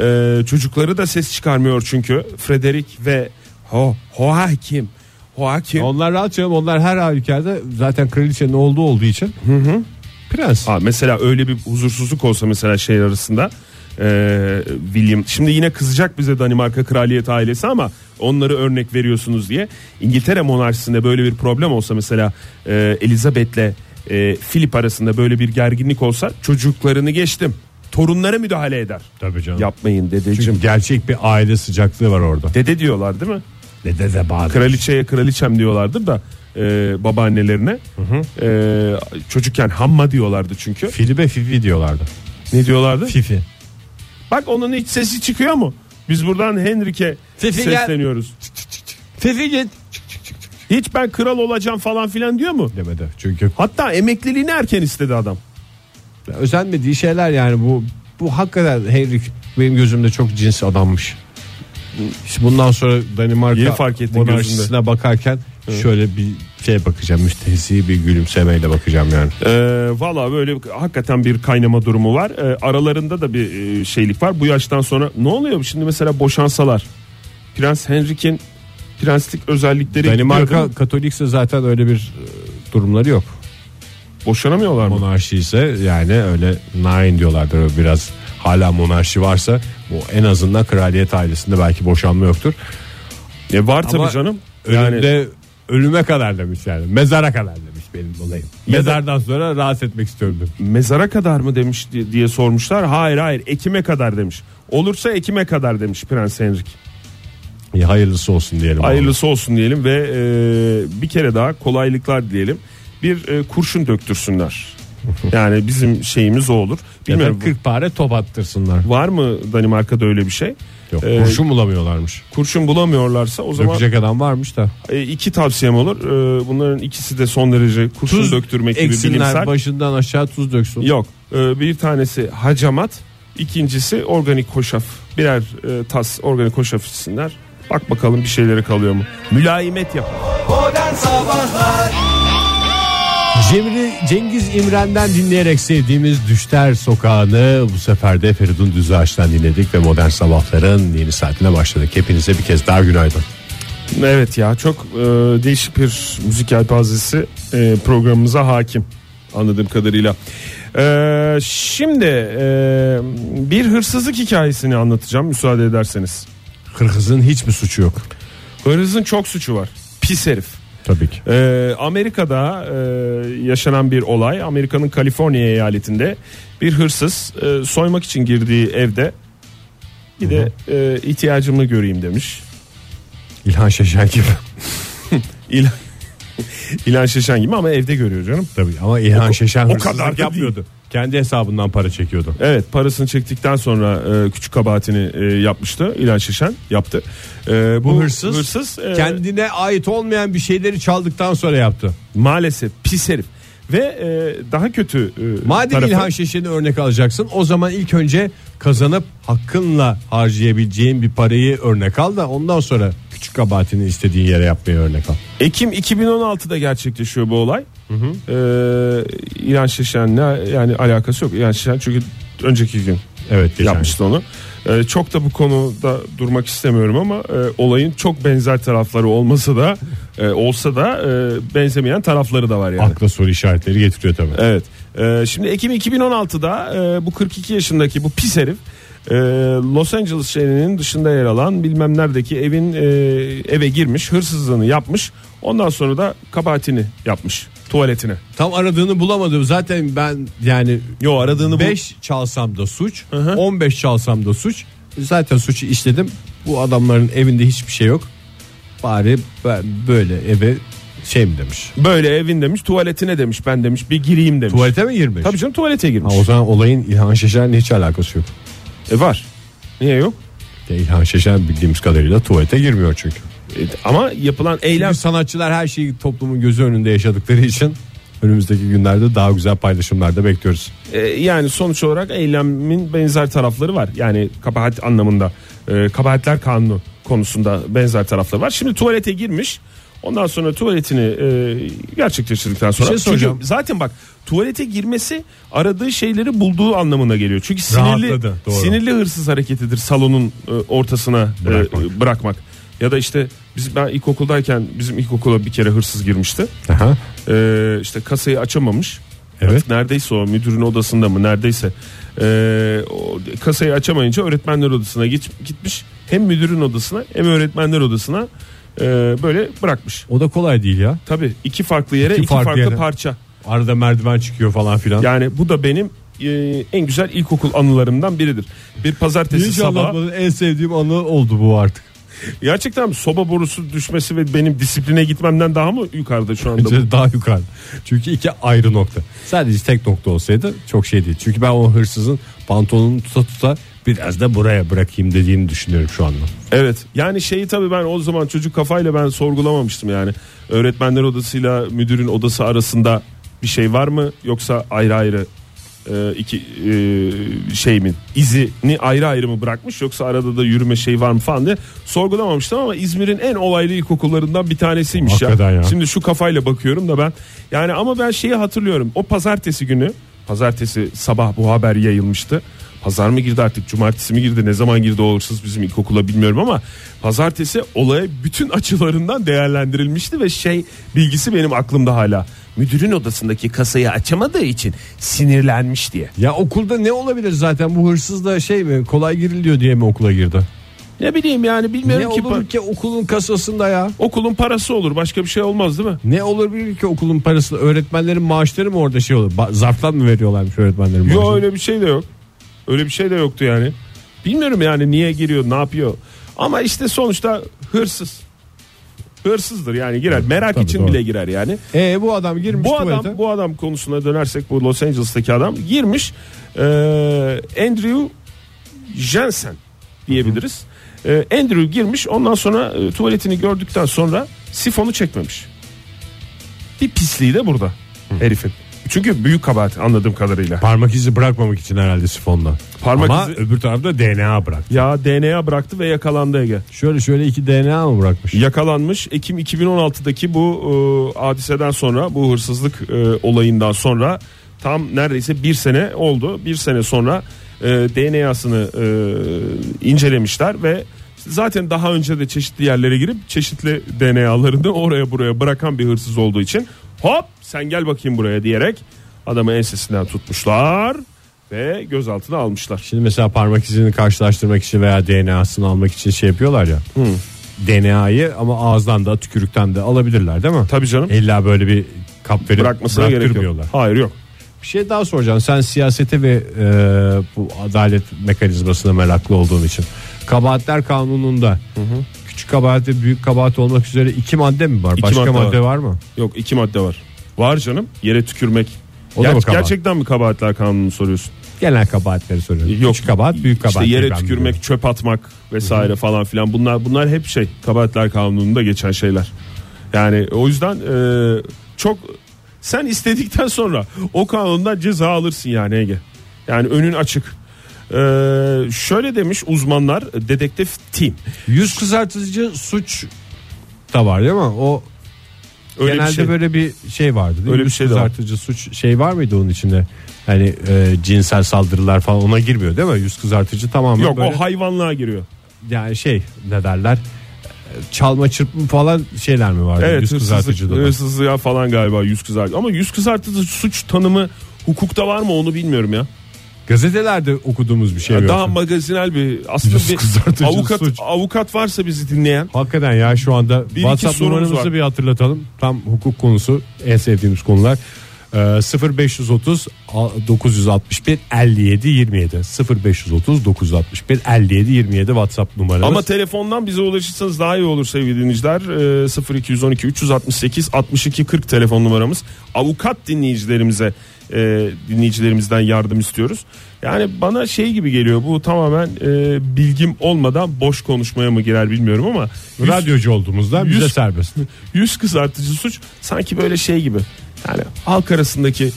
E, çocukları da ses çıkarmıyor çünkü Frederik ve Ho Hoakim Hoakim Onlar rahat canım. Onlar her halükarda zaten kraliçenin olduğu olduğu için. Prens. Ha, mesela öyle bir huzursuzluk olsa mesela şey arasında e, William şimdi yine kızacak bize Danimarka kraliyet ailesi ama onları örnek veriyorsunuz diye İngiltere monarşisinde böyle bir problem olsa mesela e, Elizabeth'le e, Philip arasında böyle bir gerginlik olsa çocuklarını geçtim torunlara müdahale eder. Tabii canım. Yapmayın dedeciğim. Çünkü gerçek bir aile sıcaklığı var orada. Dede diyorlar değil mi? Dede de bağlı. Kraliçeye kraliçem diyorlardı da e, babaannelerine. E, çocukken hamma diyorlardı çünkü. Filibe Fifi diyorlardı. Ne diyorlardı? Fifi. Bak onun hiç sesi çıkıyor mu? Biz buradan Henrik'e Fifi gel. sesleniyoruz. Fifi git. Hiç ben kral olacağım falan filan diyor mu? Demedi. Çünkü Hatta emekliliğini erken istedi adam. özenmediği şeyler yani bu bu hakikaten Henrik benim gözümde çok cins adammış. İşte bundan sonra Danimarka Yeni fark ettin monarşisine gözünde. bakarken şöyle bir şey bakacağım müstehzi bir gülümsemeyle bakacağım yani. Ee, Valla böyle hakikaten bir kaynama durumu var. Ee, aralarında da bir e, şeylik var. Bu yaştan sonra ne oluyor şimdi mesela boşansalar? Prens Henrik'in prenslik özellikleri gidiyor değil Danimarka mi? Katolikse zaten öyle bir e, durumları yok. boşanamıyorlar mı? Monarşi ise yani öyle nine diyorlardır Öyle biraz hala monarşi varsa bu en azından kraliyet ailesinde belki boşanma yoktur. E, var tabii Ama canım. Ölümde ölüme kadar demiş yani. Mezara kadar demiş benim olayım. Mezardan sonra rahatsız etmek istiyorum demiş. mezara kadar mı demiş di- diye sormuşlar. Hayır hayır ekime kadar demiş. Olursa ekime kadar demiş Prens Henrik. İyi, hayırlısı olsun diyelim. Hayırlısı olsun diyelim ve e, bir kere daha kolaylıklar diyelim. Bir e, kurşun döktürsünler. Yani bizim şeyimiz o olur. Ya da Bilmiyorum 40 pare top attırsınlar. var mı Danimarka'da öyle bir şey? Yok, Ee, kurşun bulamıyorlarmış. kurşun bulamıyorlarsa o zaman Dökecek adam varmış da. e, iki tavsiyem olur. E, bunların ikisi de son derece kurşun döktürmek gibi bilimsel. Eksinler başından aşağı tuz döksün. Yok. e, bir tanesi hacamat, ikincisi organik hoşaf. Birer e, tas organik hoşaf içsinler. Bak bakalım bir şeyleri kalıyor mu? Mülayimet yap. Modern Sabahlar Cemri Cengiz İmren'den dinleyerek sevdiğimiz Düşler Sokağı'nı bu sefer de Feridun Düzağaç'tan dinledik ve Modern Sabahların yeni saatine başladık. Hepinize bir kez daha günaydın. Evet ya çok e, değişik bir müzik yelpazesi e, programımıza hakim anladığım kadarıyla. E, şimdi e, bir hırsızlık hikayesini anlatacağım müsaade ederseniz. Kırgız'ın hiçbir suçu yok. Hırsızın çok suçu var. Pis herif. Tabii ki. Ee, Amerika'da e, yaşanan bir olay. Amerika'nın Kaliforniya eyaletinde bir hırsız e, soymak için girdiği evde bir de e, ihtiyacımı göreyim demiş. İlhan Şeşen gibi. İlan İlan Şeşen gibi ama evde görüyor canım. Tabii ama İlhan Şeşen o hırsızlık kadar da yapmıyordu. Kendi hesabından para çekiyordu. Evet parasını çektikten sonra e, küçük kabahatini e, yapmıştı. İlan Şişen yaptı. E, Bu hırsız, e, kendine ait olmayan bir şeyleri çaldıktan sonra yaptı. maalesef pis herif. Ve e, daha kötü e, Madem tarafı- İlhan Şeşen'i örnek alacaksın o zaman ilk önce kazanıp hakkınla harcayabileceğin bir parayı örnek al da ondan sonra küçük kabahatini istediğin yere yapmayı örnek al. Ekim 2016'da gerçekleşiyor bu olay. E, İlan Şişen'le yani alakası yok. İlan Şişen çünkü önceki gün Evet geçen yapmıştı onu. E, çok da bu konuda durmak istemiyorum ama e, olayın çok benzer tarafları olmasa da e, olsa da e, benzemeyen tarafları da var gün. yani. Akla soru işaretleri getiriyor tabii. Evet. Ee, şimdi Ekim 2016'da e, bu 42 yaşındaki bu pis herif e, Los Angeles şehrinin dışında yer alan bilmem neredeki evin e, eve girmiş, hırsızlığını yapmış. Ondan sonra da kabahatini yapmış tuvaletine. Tam aradığını bulamadım zaten ben yani Yo aradığını 5 çalsam da suç hı. 15 çalsam da suç zaten suçu işledim bu adamların evinde hiçbir şey yok bari ben böyle eve şey mi demiş bu. Böyle evin demiş, tuvaletine demiş, ben demiş, bir gireyim demiş. tuvalete mi girmiş? Tabii canım tuvalete girmiş. Ha, o zaman olayın İlhan Şeşen'le hiç alakası yok. E, var. Niye yok? Ya İlhan Şeşen bildiğimiz kadarıyla tuvalete girmiyor çünkü. E, ama yapılan eylem Çünkü sanatçılar her şeyi toplumun gözü önünde yaşadıkları için önümüzdeki günlerde daha güzel paylaşımlarda bekliyoruz. E, yani sonuç olarak eylemin benzer tarafları var. Yani kabahat anlamında e, kabahatler kanunu konusunda benzer tarafları var. Şimdi tuvalete girmiş. Ondan sonra tuvaletini e, gerçekleştirdikten sonra Bir şey soracağım. Çünkü zaten bak tuvalete girmesi aradığı şeyleri bulduğu anlamına geliyor. Çünkü sinirli Rahatladı, doğru. sinirli hırsız hareketidir salonun e, ortasına e, Bırakmak. e, bırakmak. Ya da işte biz ben ilkokuldayken bizim ilkokula bir kere hırsız girmişti. Aha. Ee, işte kasayı açamamış. Evet. Artık neredeyse o müdürün odasında mı neredeyse. Ee, o kasayı açamayınca öğretmenler odasına git, gitmiş. Hem müdürün odasına hem öğretmenler odasına e, böyle bırakmış. O da kolay değil ya. Tabii iki farklı yere İki iki, farklı farklı, yere. parça. Arada merdiven çıkıyor falan filan. Yani bu da benim e, en güzel ilkokul anılarımdan biridir. Bir pazartesi Hiç sabahı anlatmadığın en sevdiğim anı oldu bu artık. gerçekten mi? soba borusu düşmesi ve benim disipline gitmemden daha mı yukarıda şu anda? bu? Bence daha yukarı. Çünkü iki ayrı nokta. Sadece tek nokta olsaydı çok şey değil. Çünkü ben o hırsızın pantolonunu tuta tuta biraz da buraya bırakayım dediğini düşünüyorum şu anda. Evet yani şeyi tabii ben o zaman çocuk kafayla ben sorgulamamıştım yani. Öğretmenler odasıyla müdürün odası arasında bir şey var mı yoksa ayrı ayrı e, iki e, şey mi izini ayrı ayrı mı bırakmış yoksa arada da yürüme şey var mı falan diye sorgulamamıştım ama İzmir'in en olaylı ilkokullarından bir tanesiymiş Hakikaten ya. Şimdi şu kafayla bakıyorum da ben yani ama ben şeyi hatırlıyorum o pazartesi günü pazartesi sabah bu haber yayılmıştı. Pazar mı girdi artık cumartesi mi girdi ne zaman girdi o hırsız bizim ilkokula bilmiyorum ama pazartesi olay bütün açılarından değerlendirilmişti ve şey bilgisi benim aklımda hala. Müdürün odasındaki kasayı açamadığı için sinirlenmiş diye. Ya okulda ne olabilir zaten bu hırsız da şey mi kolay giriliyor diye mi okula girdi? Ne bileyim yani Ne bilmiyorum ki olur pa- ki okulun kasasında ya? okulun parası olur başka bir şey olmaz değil mi? Ne olabilir ki okulun parası? Öğretmenlerin maaşları mı orada şey olur? Ba- zarftan mı veriyorlarmış öğretmenlerin maaşını? Yok öyle bir şey de yok. Öyle bir şey de yoktu yani. Bilmiyorum yani niye giriyor, ne yapıyor. Ama işte sonuçta hırsız. Hırsızdır yani girer. Merak tabii, için doğru. bile girer yani. E bu adam girmiş Bu tuvalete. adam bu adam konusuna dönersek bu Los Angeles'taki adam girmiş. Ee, Andrew Jensen diyebiliriz. Ee, Andrew girmiş. Ondan sonra e, tuvaletini gördükten sonra sifonu çekmemiş. Bir pisliği de burada herifin. Çünkü büyük kabahat anladığım kadarıyla. Parmak izi bırakmamak için herhalde sifondan. Parmak Ama izi- öbür tarafta DNA bırak. Ya DNA bıraktı ve yakalandı Ege. Şöyle şöyle iki DNA mı bırakmış? Yakalanmış Ekim 2016'daki bu e, hadiseden sonra bu hırsızlık e, olayından sonra tam neredeyse bir sene oldu. Bir sene sonra e, DNA'sını e, incelemişler ve zaten daha önce de çeşitli yerlere girip çeşitli DNA'larını oraya buraya bırakan bir hırsız olduğu için hop sen gel bakayım buraya diyerek adamı ensesinden tutmuşlar ve gözaltına almışlar. Şimdi mesela parmak izini karşılaştırmak için veya DNA'sını almak için şey yapıyorlar ya. DNA'yı ama ağızdan da tükürükten de alabilirler değil mi? Tabii canım. İlla böyle bir kap verip Bırakmasına gerek yok. E, bıraktırmıyorlar. Hayır yok. Bir şey daha soracağım. Sen siyasete ve e, bu adalet mekanizmasına meraklı olduğun için. Kabahatler kanununda küçük kabahat ve büyük kabahat olmak üzere iki madde mi var? İki Başka madde madde var mı? Yok iki madde var. Var canım yere tükürmek. O da Ger- mı kabahat? gerçekten mi kabahatler kanunu soruyorsun? Genel kabahatleri soruyorum. Küçük kabahat, büyük kabahat. İşte yere Ben tükürmek, çöp atmak vesaire falan filan. Bunlar bunlar hep şey kabahatler kanununda geçen şeyler. Yani o yüzden e, çok sen istedikten sonra o kanundan ceza alırsın yani Ege. Yani önün açık. E, şöyle demiş uzmanlar dedektif team. Yüz kızartıcı suç da var değil mi? O Öyle genelde bir şey. böyle bir şey vardı değil mi? Öyle bir Yüz şey de var. kızartıcı suç şey var mıydı onun içinde? Hani e, cinsel saldırılar falan ona girmiyor değil mi? Yüz kızartıcı tamamen Yok böyle o hayvanlığa giriyor. yani şey ne derler? E, Çalma çırpma falan şeyler mi vardı? Evet Hani yüz kızartıcı da. hırsızlık, hırsızlığa falan galiba yüz kızartıcı. Ama yüz kızartıcı suç tanımı hukukta var mı onu bilmiyorum ya. Gazetelerde okuduğumuz bir şey Ya yok. daha magazinel bir aslında Yüz bir kızartıcı avukat suç. avukat varsa bizi dinleyen Hakikaten ya şu anda iki WhatsApp sorumuz numaramızı var. bir hatırlatalım. Tam hukuk konusu en sevdiğimiz konular. Ee, 0530 961 57 27 0530 961 57 27 WhatsApp numaramız. ama telefondan bize ulaşırsanız daha iyi olur sevgili dinleyiciler. Ee, 0212 368 62 40 telefon numaramız. Avukat dinleyicilerimize e, dinleyicilerimizden yardım istiyoruz. Yani bana şey gibi geliyor bu tamamen e, bilgim olmadan boş konuşmaya mı girer bilmiyorum ama yüz- radyocu olduğumuzda bize yüz- serbest. yüz kızartıcı suç sanki böyle şey gibi. Yani halk arasındaki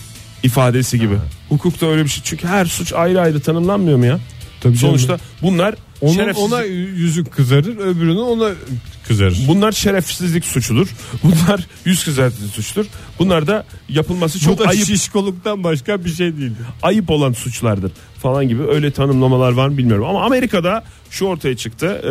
ifadesi gibi. Hukukta öyle bir şey. Çünkü her suç ayrı ayrı tanımlanmıyor mu ya? Tabii canım. Sonuçta bunlar Onun şerefsizlik, ona yüzü kızarır, öbürünün ona kızarır. bunlar şerefsizlik suçudur. Bunlar yüz kızartıcı suçtur. Bunlar da yapılması Bu çok da ayıp şişkoluktan başka bir şey değil. ayıp olan suçlardır falan gibi öyle tanımlamalar var mı bilmiyorum. Ama Amerika'da şu ortaya çıktı. Ee,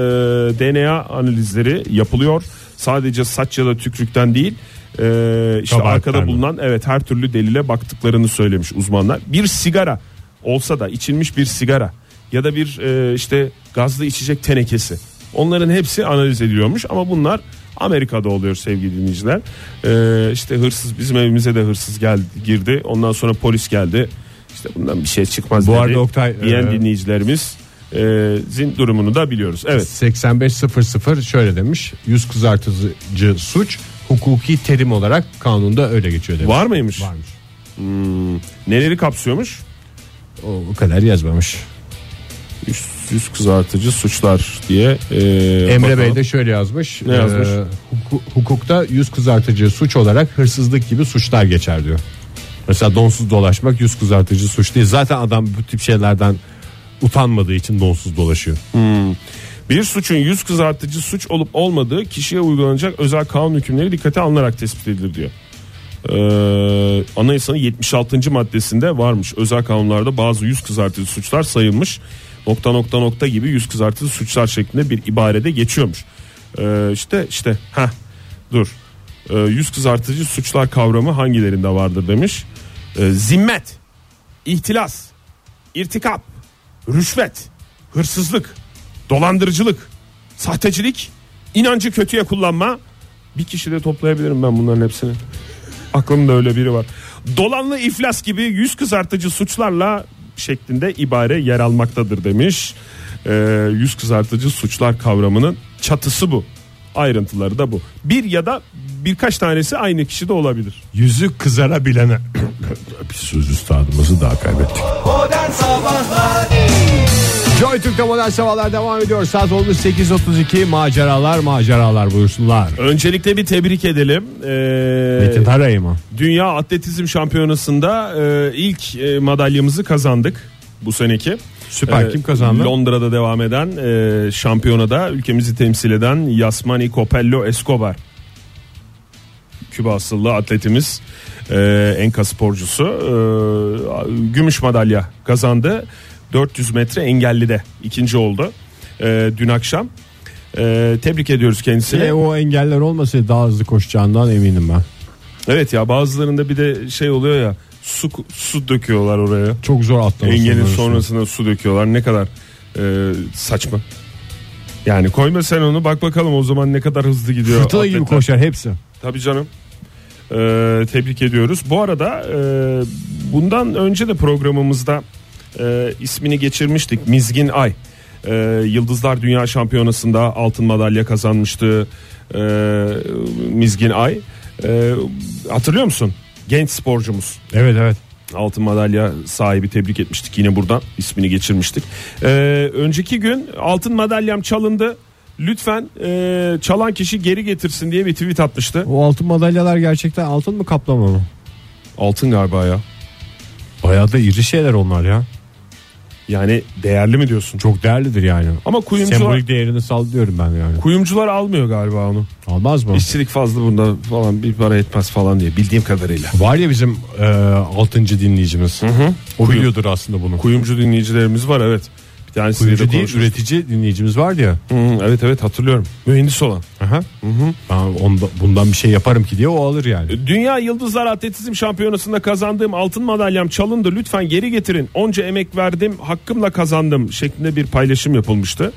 DNA analizleri yapılıyor. Sadece saç ya da tükrükten değil. ee, işte Kabahatler arkada mi? bulunan evet her türlü delile baktıklarını söylemiş uzmanlar. Bir sigara olsa da içilmiş bir sigara ya da bir ee, işte gazlı içecek tenekesi. Onların hepsi analiz ediliyormuş ama bunlar Amerika'da oluyor sevgili dinleyiciler. Ee, işte hırsız bizim evimize de hırsız geldi girdi. Ondan sonra polis geldi. İşte bundan bir şey çıkmaz Bu dedi. arada Oktay, diyen e, dinleyicilerimiz e, zin durumunu da biliyoruz. Evet. 8500 şöyle demiş. Yüz kızartıcı suç hukuki terim olarak kanunda öyle geçiyor demiş. Var mıymış? Varmış. Neleri kapsıyormuş? O, o kadar yazmamış. Yüz, yüz kızartıcı suçlar diye. e, Emre bakalım. Bey de şöyle yazmış. Ne yazmış? Ee, huku- hukukta yüz kızartıcı suç olarak hırsızlık gibi suçlar geçer diyor. Mesela donsuz dolaşmak yüz kızartıcı suç değil. Zaten adam bu tip şeylerden utanmadığı için donsuz dolaşıyor. Bir suçun yüz kızartıcı suç olup olmadığı kişiye uygulanacak özel kanun hükümleri dikkate alınarak tespit edilir diyor. Ee, anayasanın 76. maddesinde varmış. Özel kanunlarda bazı yüz kızartıcı suçlar sayılmış. Nokta nokta nokta gibi yüz kızartıcı suçlar şeklinde bir ibarede geçiyormuş. Ee, işte işte ha dur. Ee, yüz kızartıcı suçlar kavramı hangilerinde vardır demiş. Ee, zimmet, ihtilas, irtikap, rüşvet, hırsızlık, dolandırıcılık, sahtecilik, inancı kötüye kullanma. Bir kişi de toplayabilirim ben bunların hepsini. Aklımda öyle biri var. Dolanlı iflas gibi yüz kızartıcı suçlarla şeklinde ibare yer almaktadır demiş. Ee, yüz kızartıcı suçlar kavramının çatısı bu. Ayrıntıları da bu. Bir ya da birkaç tanesi aynı kişi de olabilir. Yüzü kızarabilene bir söz üstadımızı daha kaybettik. Modern Sabahlar Joy Türk'te modern sabahlar devam ediyor. Saat olmuş 8.32 maceralar maceralar buyursunlar. Öncelikle bir tebrik edelim. Ee, Metin Taray'ı mı? Dünya Atletizm Şampiyonası'nda e, ilk e, madalyamızı kazandık bu seneki. E, Süper, kim kazandı? Londra'da devam eden e, şampiyonada ülkemizi temsil eden Yasmani Copello Escobar. Küba asıllı atletimiz e, enka sporcusu e, gümüş madalya kazandı. 400 metre engellide ikinci oldu e, dün akşam. E, tebrik ediyoruz kendisini. E, o engeller olmasaydı daha hızlı koşacağından eminim ben. Evet ya bazılarında bir de şey oluyor ya su su döküyorlar oraya. Çok zor atlaması. Engelin sonrası. sonrasına su döküyorlar. Ne kadar e, saçma. Yani koyma sen onu bak bakalım o zaman ne kadar hızlı gidiyor. Fırtına gibi atletler. koşar hepsi. Tabii canım. E, tebrik ediyoruz. Bu arada e, bundan önce de programımızda e, ismini geçirmiştik. Mizgin Ay. E, Yıldızlar Dünya Şampiyonası'nda altın madalya kazanmıştı e, Mizgin Ay. E, hatırlıyor musun? Genç sporcumuz. Evet evet. Altın madalya sahibi tebrik etmiştik yine buradan ismini geçirmiştik. Ee, önceki gün altın madalyam çalındı. Lütfen e, çalan kişi geri getirsin diye bir tweet atmıştı. O altın madalyalar gerçekten altın mı kaplama mı? Altın galiba ya. Bayağı da iri şeyler onlar ya. Yani değerli mi diyorsun? Çok değerlidir yani. Ama kuyumcular, Sembolik değerini sallıyorum ben yani. kuyumcular almıyor galiba onu. Almaz mı? İşçilik fazla bunda falan bir para etmez falan diye bildiğim kadarıyla. Var ya bizim e, altıncı dinleyicimiz. O biliyordur aslında bunu. Kuyumcu dinleyicilerimiz var evet. Bir tanesiyle Kuyumcu de değil konuşmuştuk. üretici dinleyicimiz var ya. Hı, evet evet hatırlıyorum. Mühendis olan. Aha. Ben onda, bundan bir şey yaparım ki diye o alır yani. Dünya Yıldızlar Atletizm Şampiyonası'nda kazandığım altın madalyam çalındı. Lütfen geri getirin. Onca emek verdim, hakkımla kazandım şeklinde bir paylaşım yapılmıştı.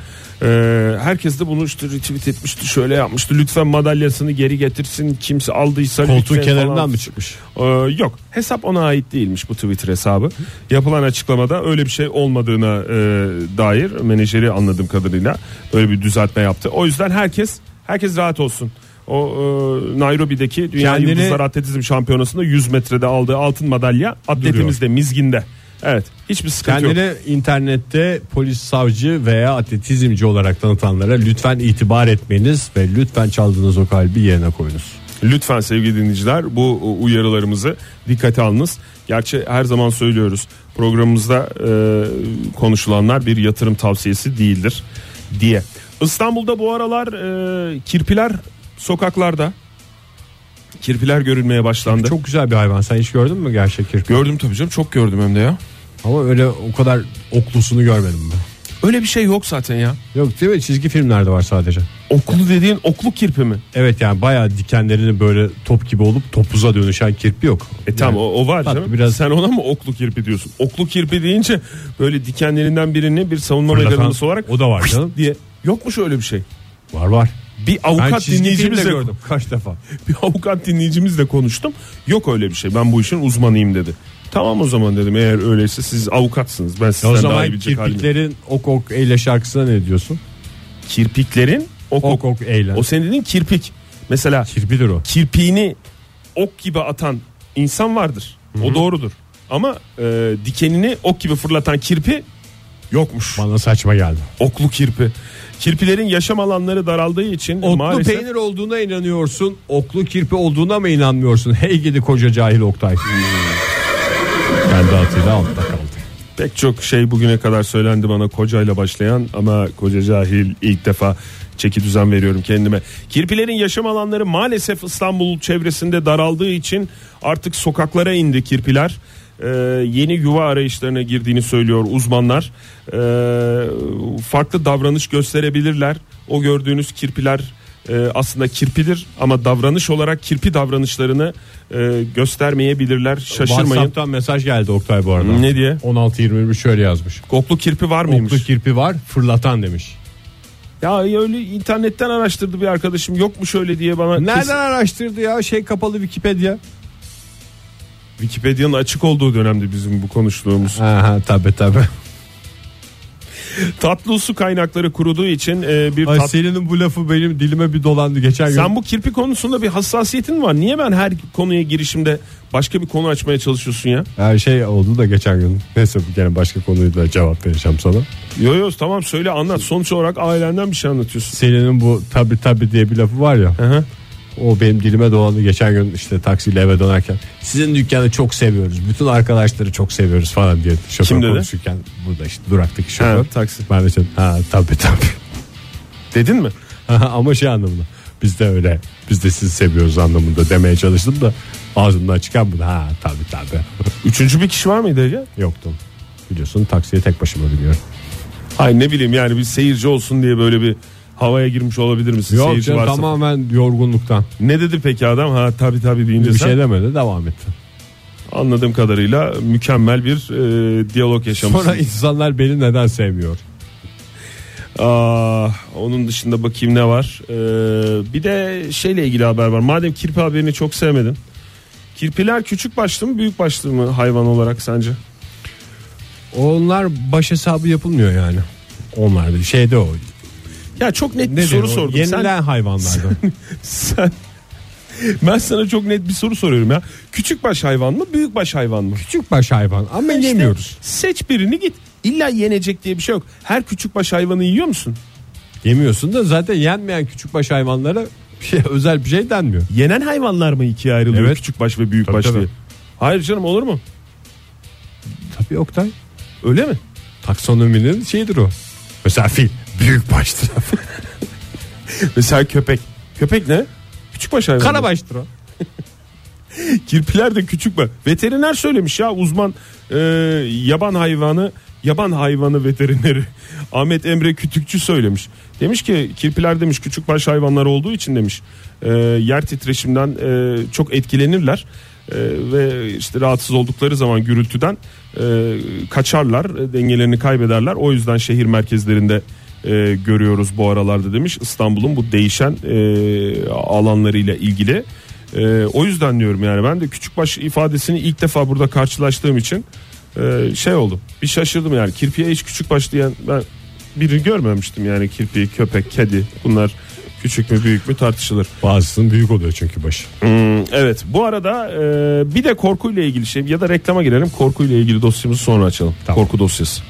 Ee, herkes de bunu işte retweet etmişti, şöyle yapmıştı. Lütfen madalyasını geri getirsin. Kimse aldıysa Koltuğun lütfen kenarından falan. mı çıkmış? Ee, yok. Hesap ona ait değilmiş bu Twitter hesabı. Yapılan açıklamada öyle bir şey olmadığına e, dair menajeri anladığım kadarıyla öyle bir düzeltme yaptı. O yüzden herkes herkes rahat olsun. O e, Nairobi'deki Dünya Kendini- Yıldızlar Atletizm Şampiyonası'nda 100 metrede aldığı altın madalya atletimiz de mizginde. Evet. Hiçbir sıkıntı yok. Kendini internette polis, savcı veya atletizmci olarak tanıtanlara lütfen itibar etmeyiniz ve lütfen çaldığınız o kalbi yerine koyunuz. Lütfen sevgili dinleyiciler bu e, uyarılarımızı dikkate alınız. Gerçi her zaman söylüyoruz programımızda e, konuşulanlar bir yatırım tavsiyesi değildir diye. İstanbul'da bu aralar e, kirpiler sokaklarda. Kirpiler görülmeye başlandı. Çok güzel bir hayvan. Sen hiç gördün mü gerçek kirpi? Gördüm tabii canım çok gördüm hem de ya. Ama öyle o kadar oklusunu görmedim ben. Öyle bir şey yok zaten ya. Yok değil mi? Çizgi filmlerde var sadece. Oklu dediğin okluk kirpi mi? Evet yani bayağı dikenlerini böyle top gibi olup topuza dönüşen kirpi yok. E tamam o, o var Bak, canım. biraz- Sen ona mı oklu kirpi diyorsun? Oklu kirpi deyince böyle dikenlerinden birini bir savunma Fırlatan- mekanizması olarak o da var canım. diye. Yokmuş öyle bir şey. Var var. Bir Ben avukat çizgi filmde dinleyicimizle gördüm kaç defa. bir avukat dinleyicimizle konuştum. Yok öyle bir şey. Ben bu işin uzmanıyım dedi. Tamam o zaman dedim eğer öyleyse siz avukatsınız. Ben Ya sizden o daha iyi zaman bilecek halim. yok. kirpiklerin ok ok eyle şarkısına ne diyorsun? Kirpiklerin ok ok. Ok ok eyle. O senin dediğin kirpik. Mesela kirpidir o. kirpiğini ok gibi atan insan vardır. O doğrudur. Ama e, dikenini ok gibi fırlatan kirpi yokmuş. Bana saçma geldi. Oklu kirpi. Kirpilerin yaşam alanları daraldığı için Oklu E, maalesef peynir olduğuna inanıyorsun, oklu kirpi olduğuna mı inanmıyorsun? Hey gidi koca cahil Oktay. Hmm. Kendi atıyla altta kaldı. Pek çok şey bugüne kadar söylendi bana kocayla başlayan ama koca cahil ilk defa çeki düzen veriyorum kendime. Kirpilerin yaşam alanları maalesef İstanbul çevresinde daraldığı için artık sokaklara indi kirpiler. Ee, yeni yuva arayışlarına girdiğini söylüyor uzmanlar. Ee, farklı davranış gösterebilirler. O gördüğünüz kirpiler e, aslında kirpidir ama davranış olarak kirpi davranışlarını e, göstermeyebilirler. Şaşırmayın. WhatsApp'tan mesaj geldi Oktay bu arada. Ne diye? 16-21 şöyle yazmış. Koklu kirpi var mıymış? Oklu kirpi var, fırlatan demiş. Ya öyle internetten araştırdı bir arkadaşım yokmuş öyle diye bana. Nereden Kesin- araştırdı ya? Şey kapalı Wikipedia. Wikipedia'nın açık olduğu dönemde bizim bu konuştuğumuz. Aha tabi tabi. Tatlı su kaynakları kuruduğu için e, bir Ay tat... Selin'in bu lafı benim dilime bir dolandı geçen gün. Sen bu kirpi konusunda bir hassasiyetin var. Niye ben her konuya girişimde başka bir konu açmaya çalışıyorsun ya? Her şey oldu da geçen gün. Neyse bu gene başka konuyla cevap vereceğim sana. Yo yo tamam söyle anlat. Sonuç olarak ailenden bir şey anlatıyorsun. Selin'in bu tabi tabi diye bir lafı var ya. Hı hı. O benim dilime dolandı geçen gün işte taksiyle eve dönerken. Sizin dükkanı çok seviyoruz. Bütün arkadaşları çok seviyoruz falan diye. Şoför Kim dedi? konuşurken burada işte duraktaki şoför. Ha, taksi. Ben de şey, ha tabi tabi. Dedin mi? Ama şey anlamında. Biz de öyle. Biz de sizi seviyoruz anlamında demeye çalıştım da ağzımdan çıkan bu. Ha tabi tabi. Üçüncü bir kişi var mıydı Ege? Yoktum. Biliyorsun taksiye tek başıma biniyorum. Hayır ne bileyim yani bir seyirci olsun diye böyle bir havaya girmiş olabilir misin? Yok seyirci canım, varsa. tamamen yorgunluktan. Ne dedi peki adam? Ha tabi tabi deyince Bir sen- şey demedi devam etti. Anladığım kadarıyla mükemmel bir e, diyalog yaşamışsın. Sonra insanlar beni neden sevmiyor? Aa, Ah, onun dışında bakayım ne var. Ee, bir de şeyle ilgili haber var. Madem kirpi haberini çok sevmedin. Kirpiler küçük başlı mı büyük başlı mı hayvan olarak sence? Onlar baş hesabı yapılmıyor yani. Onlar da şeyde o. Ya çok net bir Ne soru denir o? sordum. Yenilen hayvanlardan. Sen, sen Ben sana çok net bir soru soruyorum ya. Küçük baş hayvan mı, büyük baş hayvan mı? Küçük baş hayvan ama İşte yemiyoruz. seç birini git. İlla yenecek diye bir şey yok. Her küçük baş hayvanı yiyor musun? Yemiyorsun da zaten yenmeyen küçük baş hayvanlara bir şey, özel bir şey denmiyor. Yenen hayvanlar mı ikiye ayrılıyor? Evet. Küçük baş ve büyük Tabii, baş tabii. diye. Hayır canım olur mu? Tabii Oktay. Öyle mi? Taksonominin şeyidir o. Mesela fil büyük baştır. Mesela köpek. Köpek ne? Küçük baş hayvan. Karabaştır o. Kirpiler de küçük baş. Veteriner söylemiş ya uzman e, yaban hayvanı yaban hayvanı veterineri Ahmet Emre Kütükçü söylemiş. Demiş ki kirpiler demiş küçük baş hayvanlar olduğu için demiş e, yer titreşimden e, çok etkilenirler. E, ve işte rahatsız oldukları zaman gürültüden e, kaçarlar e, dengelerini kaybederler o yüzden şehir merkezlerinde e, görüyoruz bu aralarda demiş İstanbul'un bu değişen e, alanlarıyla ilgili e, o yüzden diyorum yani ben de küçükbaş ifadesini ilk defa burada karşılaştığım için e, şey oldu bir şaşırdım yani kirpiye hiç küçükbaş diyen ben birini görmemiştim yani kirpi köpek kedi bunlar küçük mü büyük mü tartışılır. Bazısının büyük oluyor çünkü başı. Hmm, evet bu arada e, bir de korkuyla ilgili şey ya da reklama girelim korkuyla ilgili dosyamızı sonra açalım korku dosyası.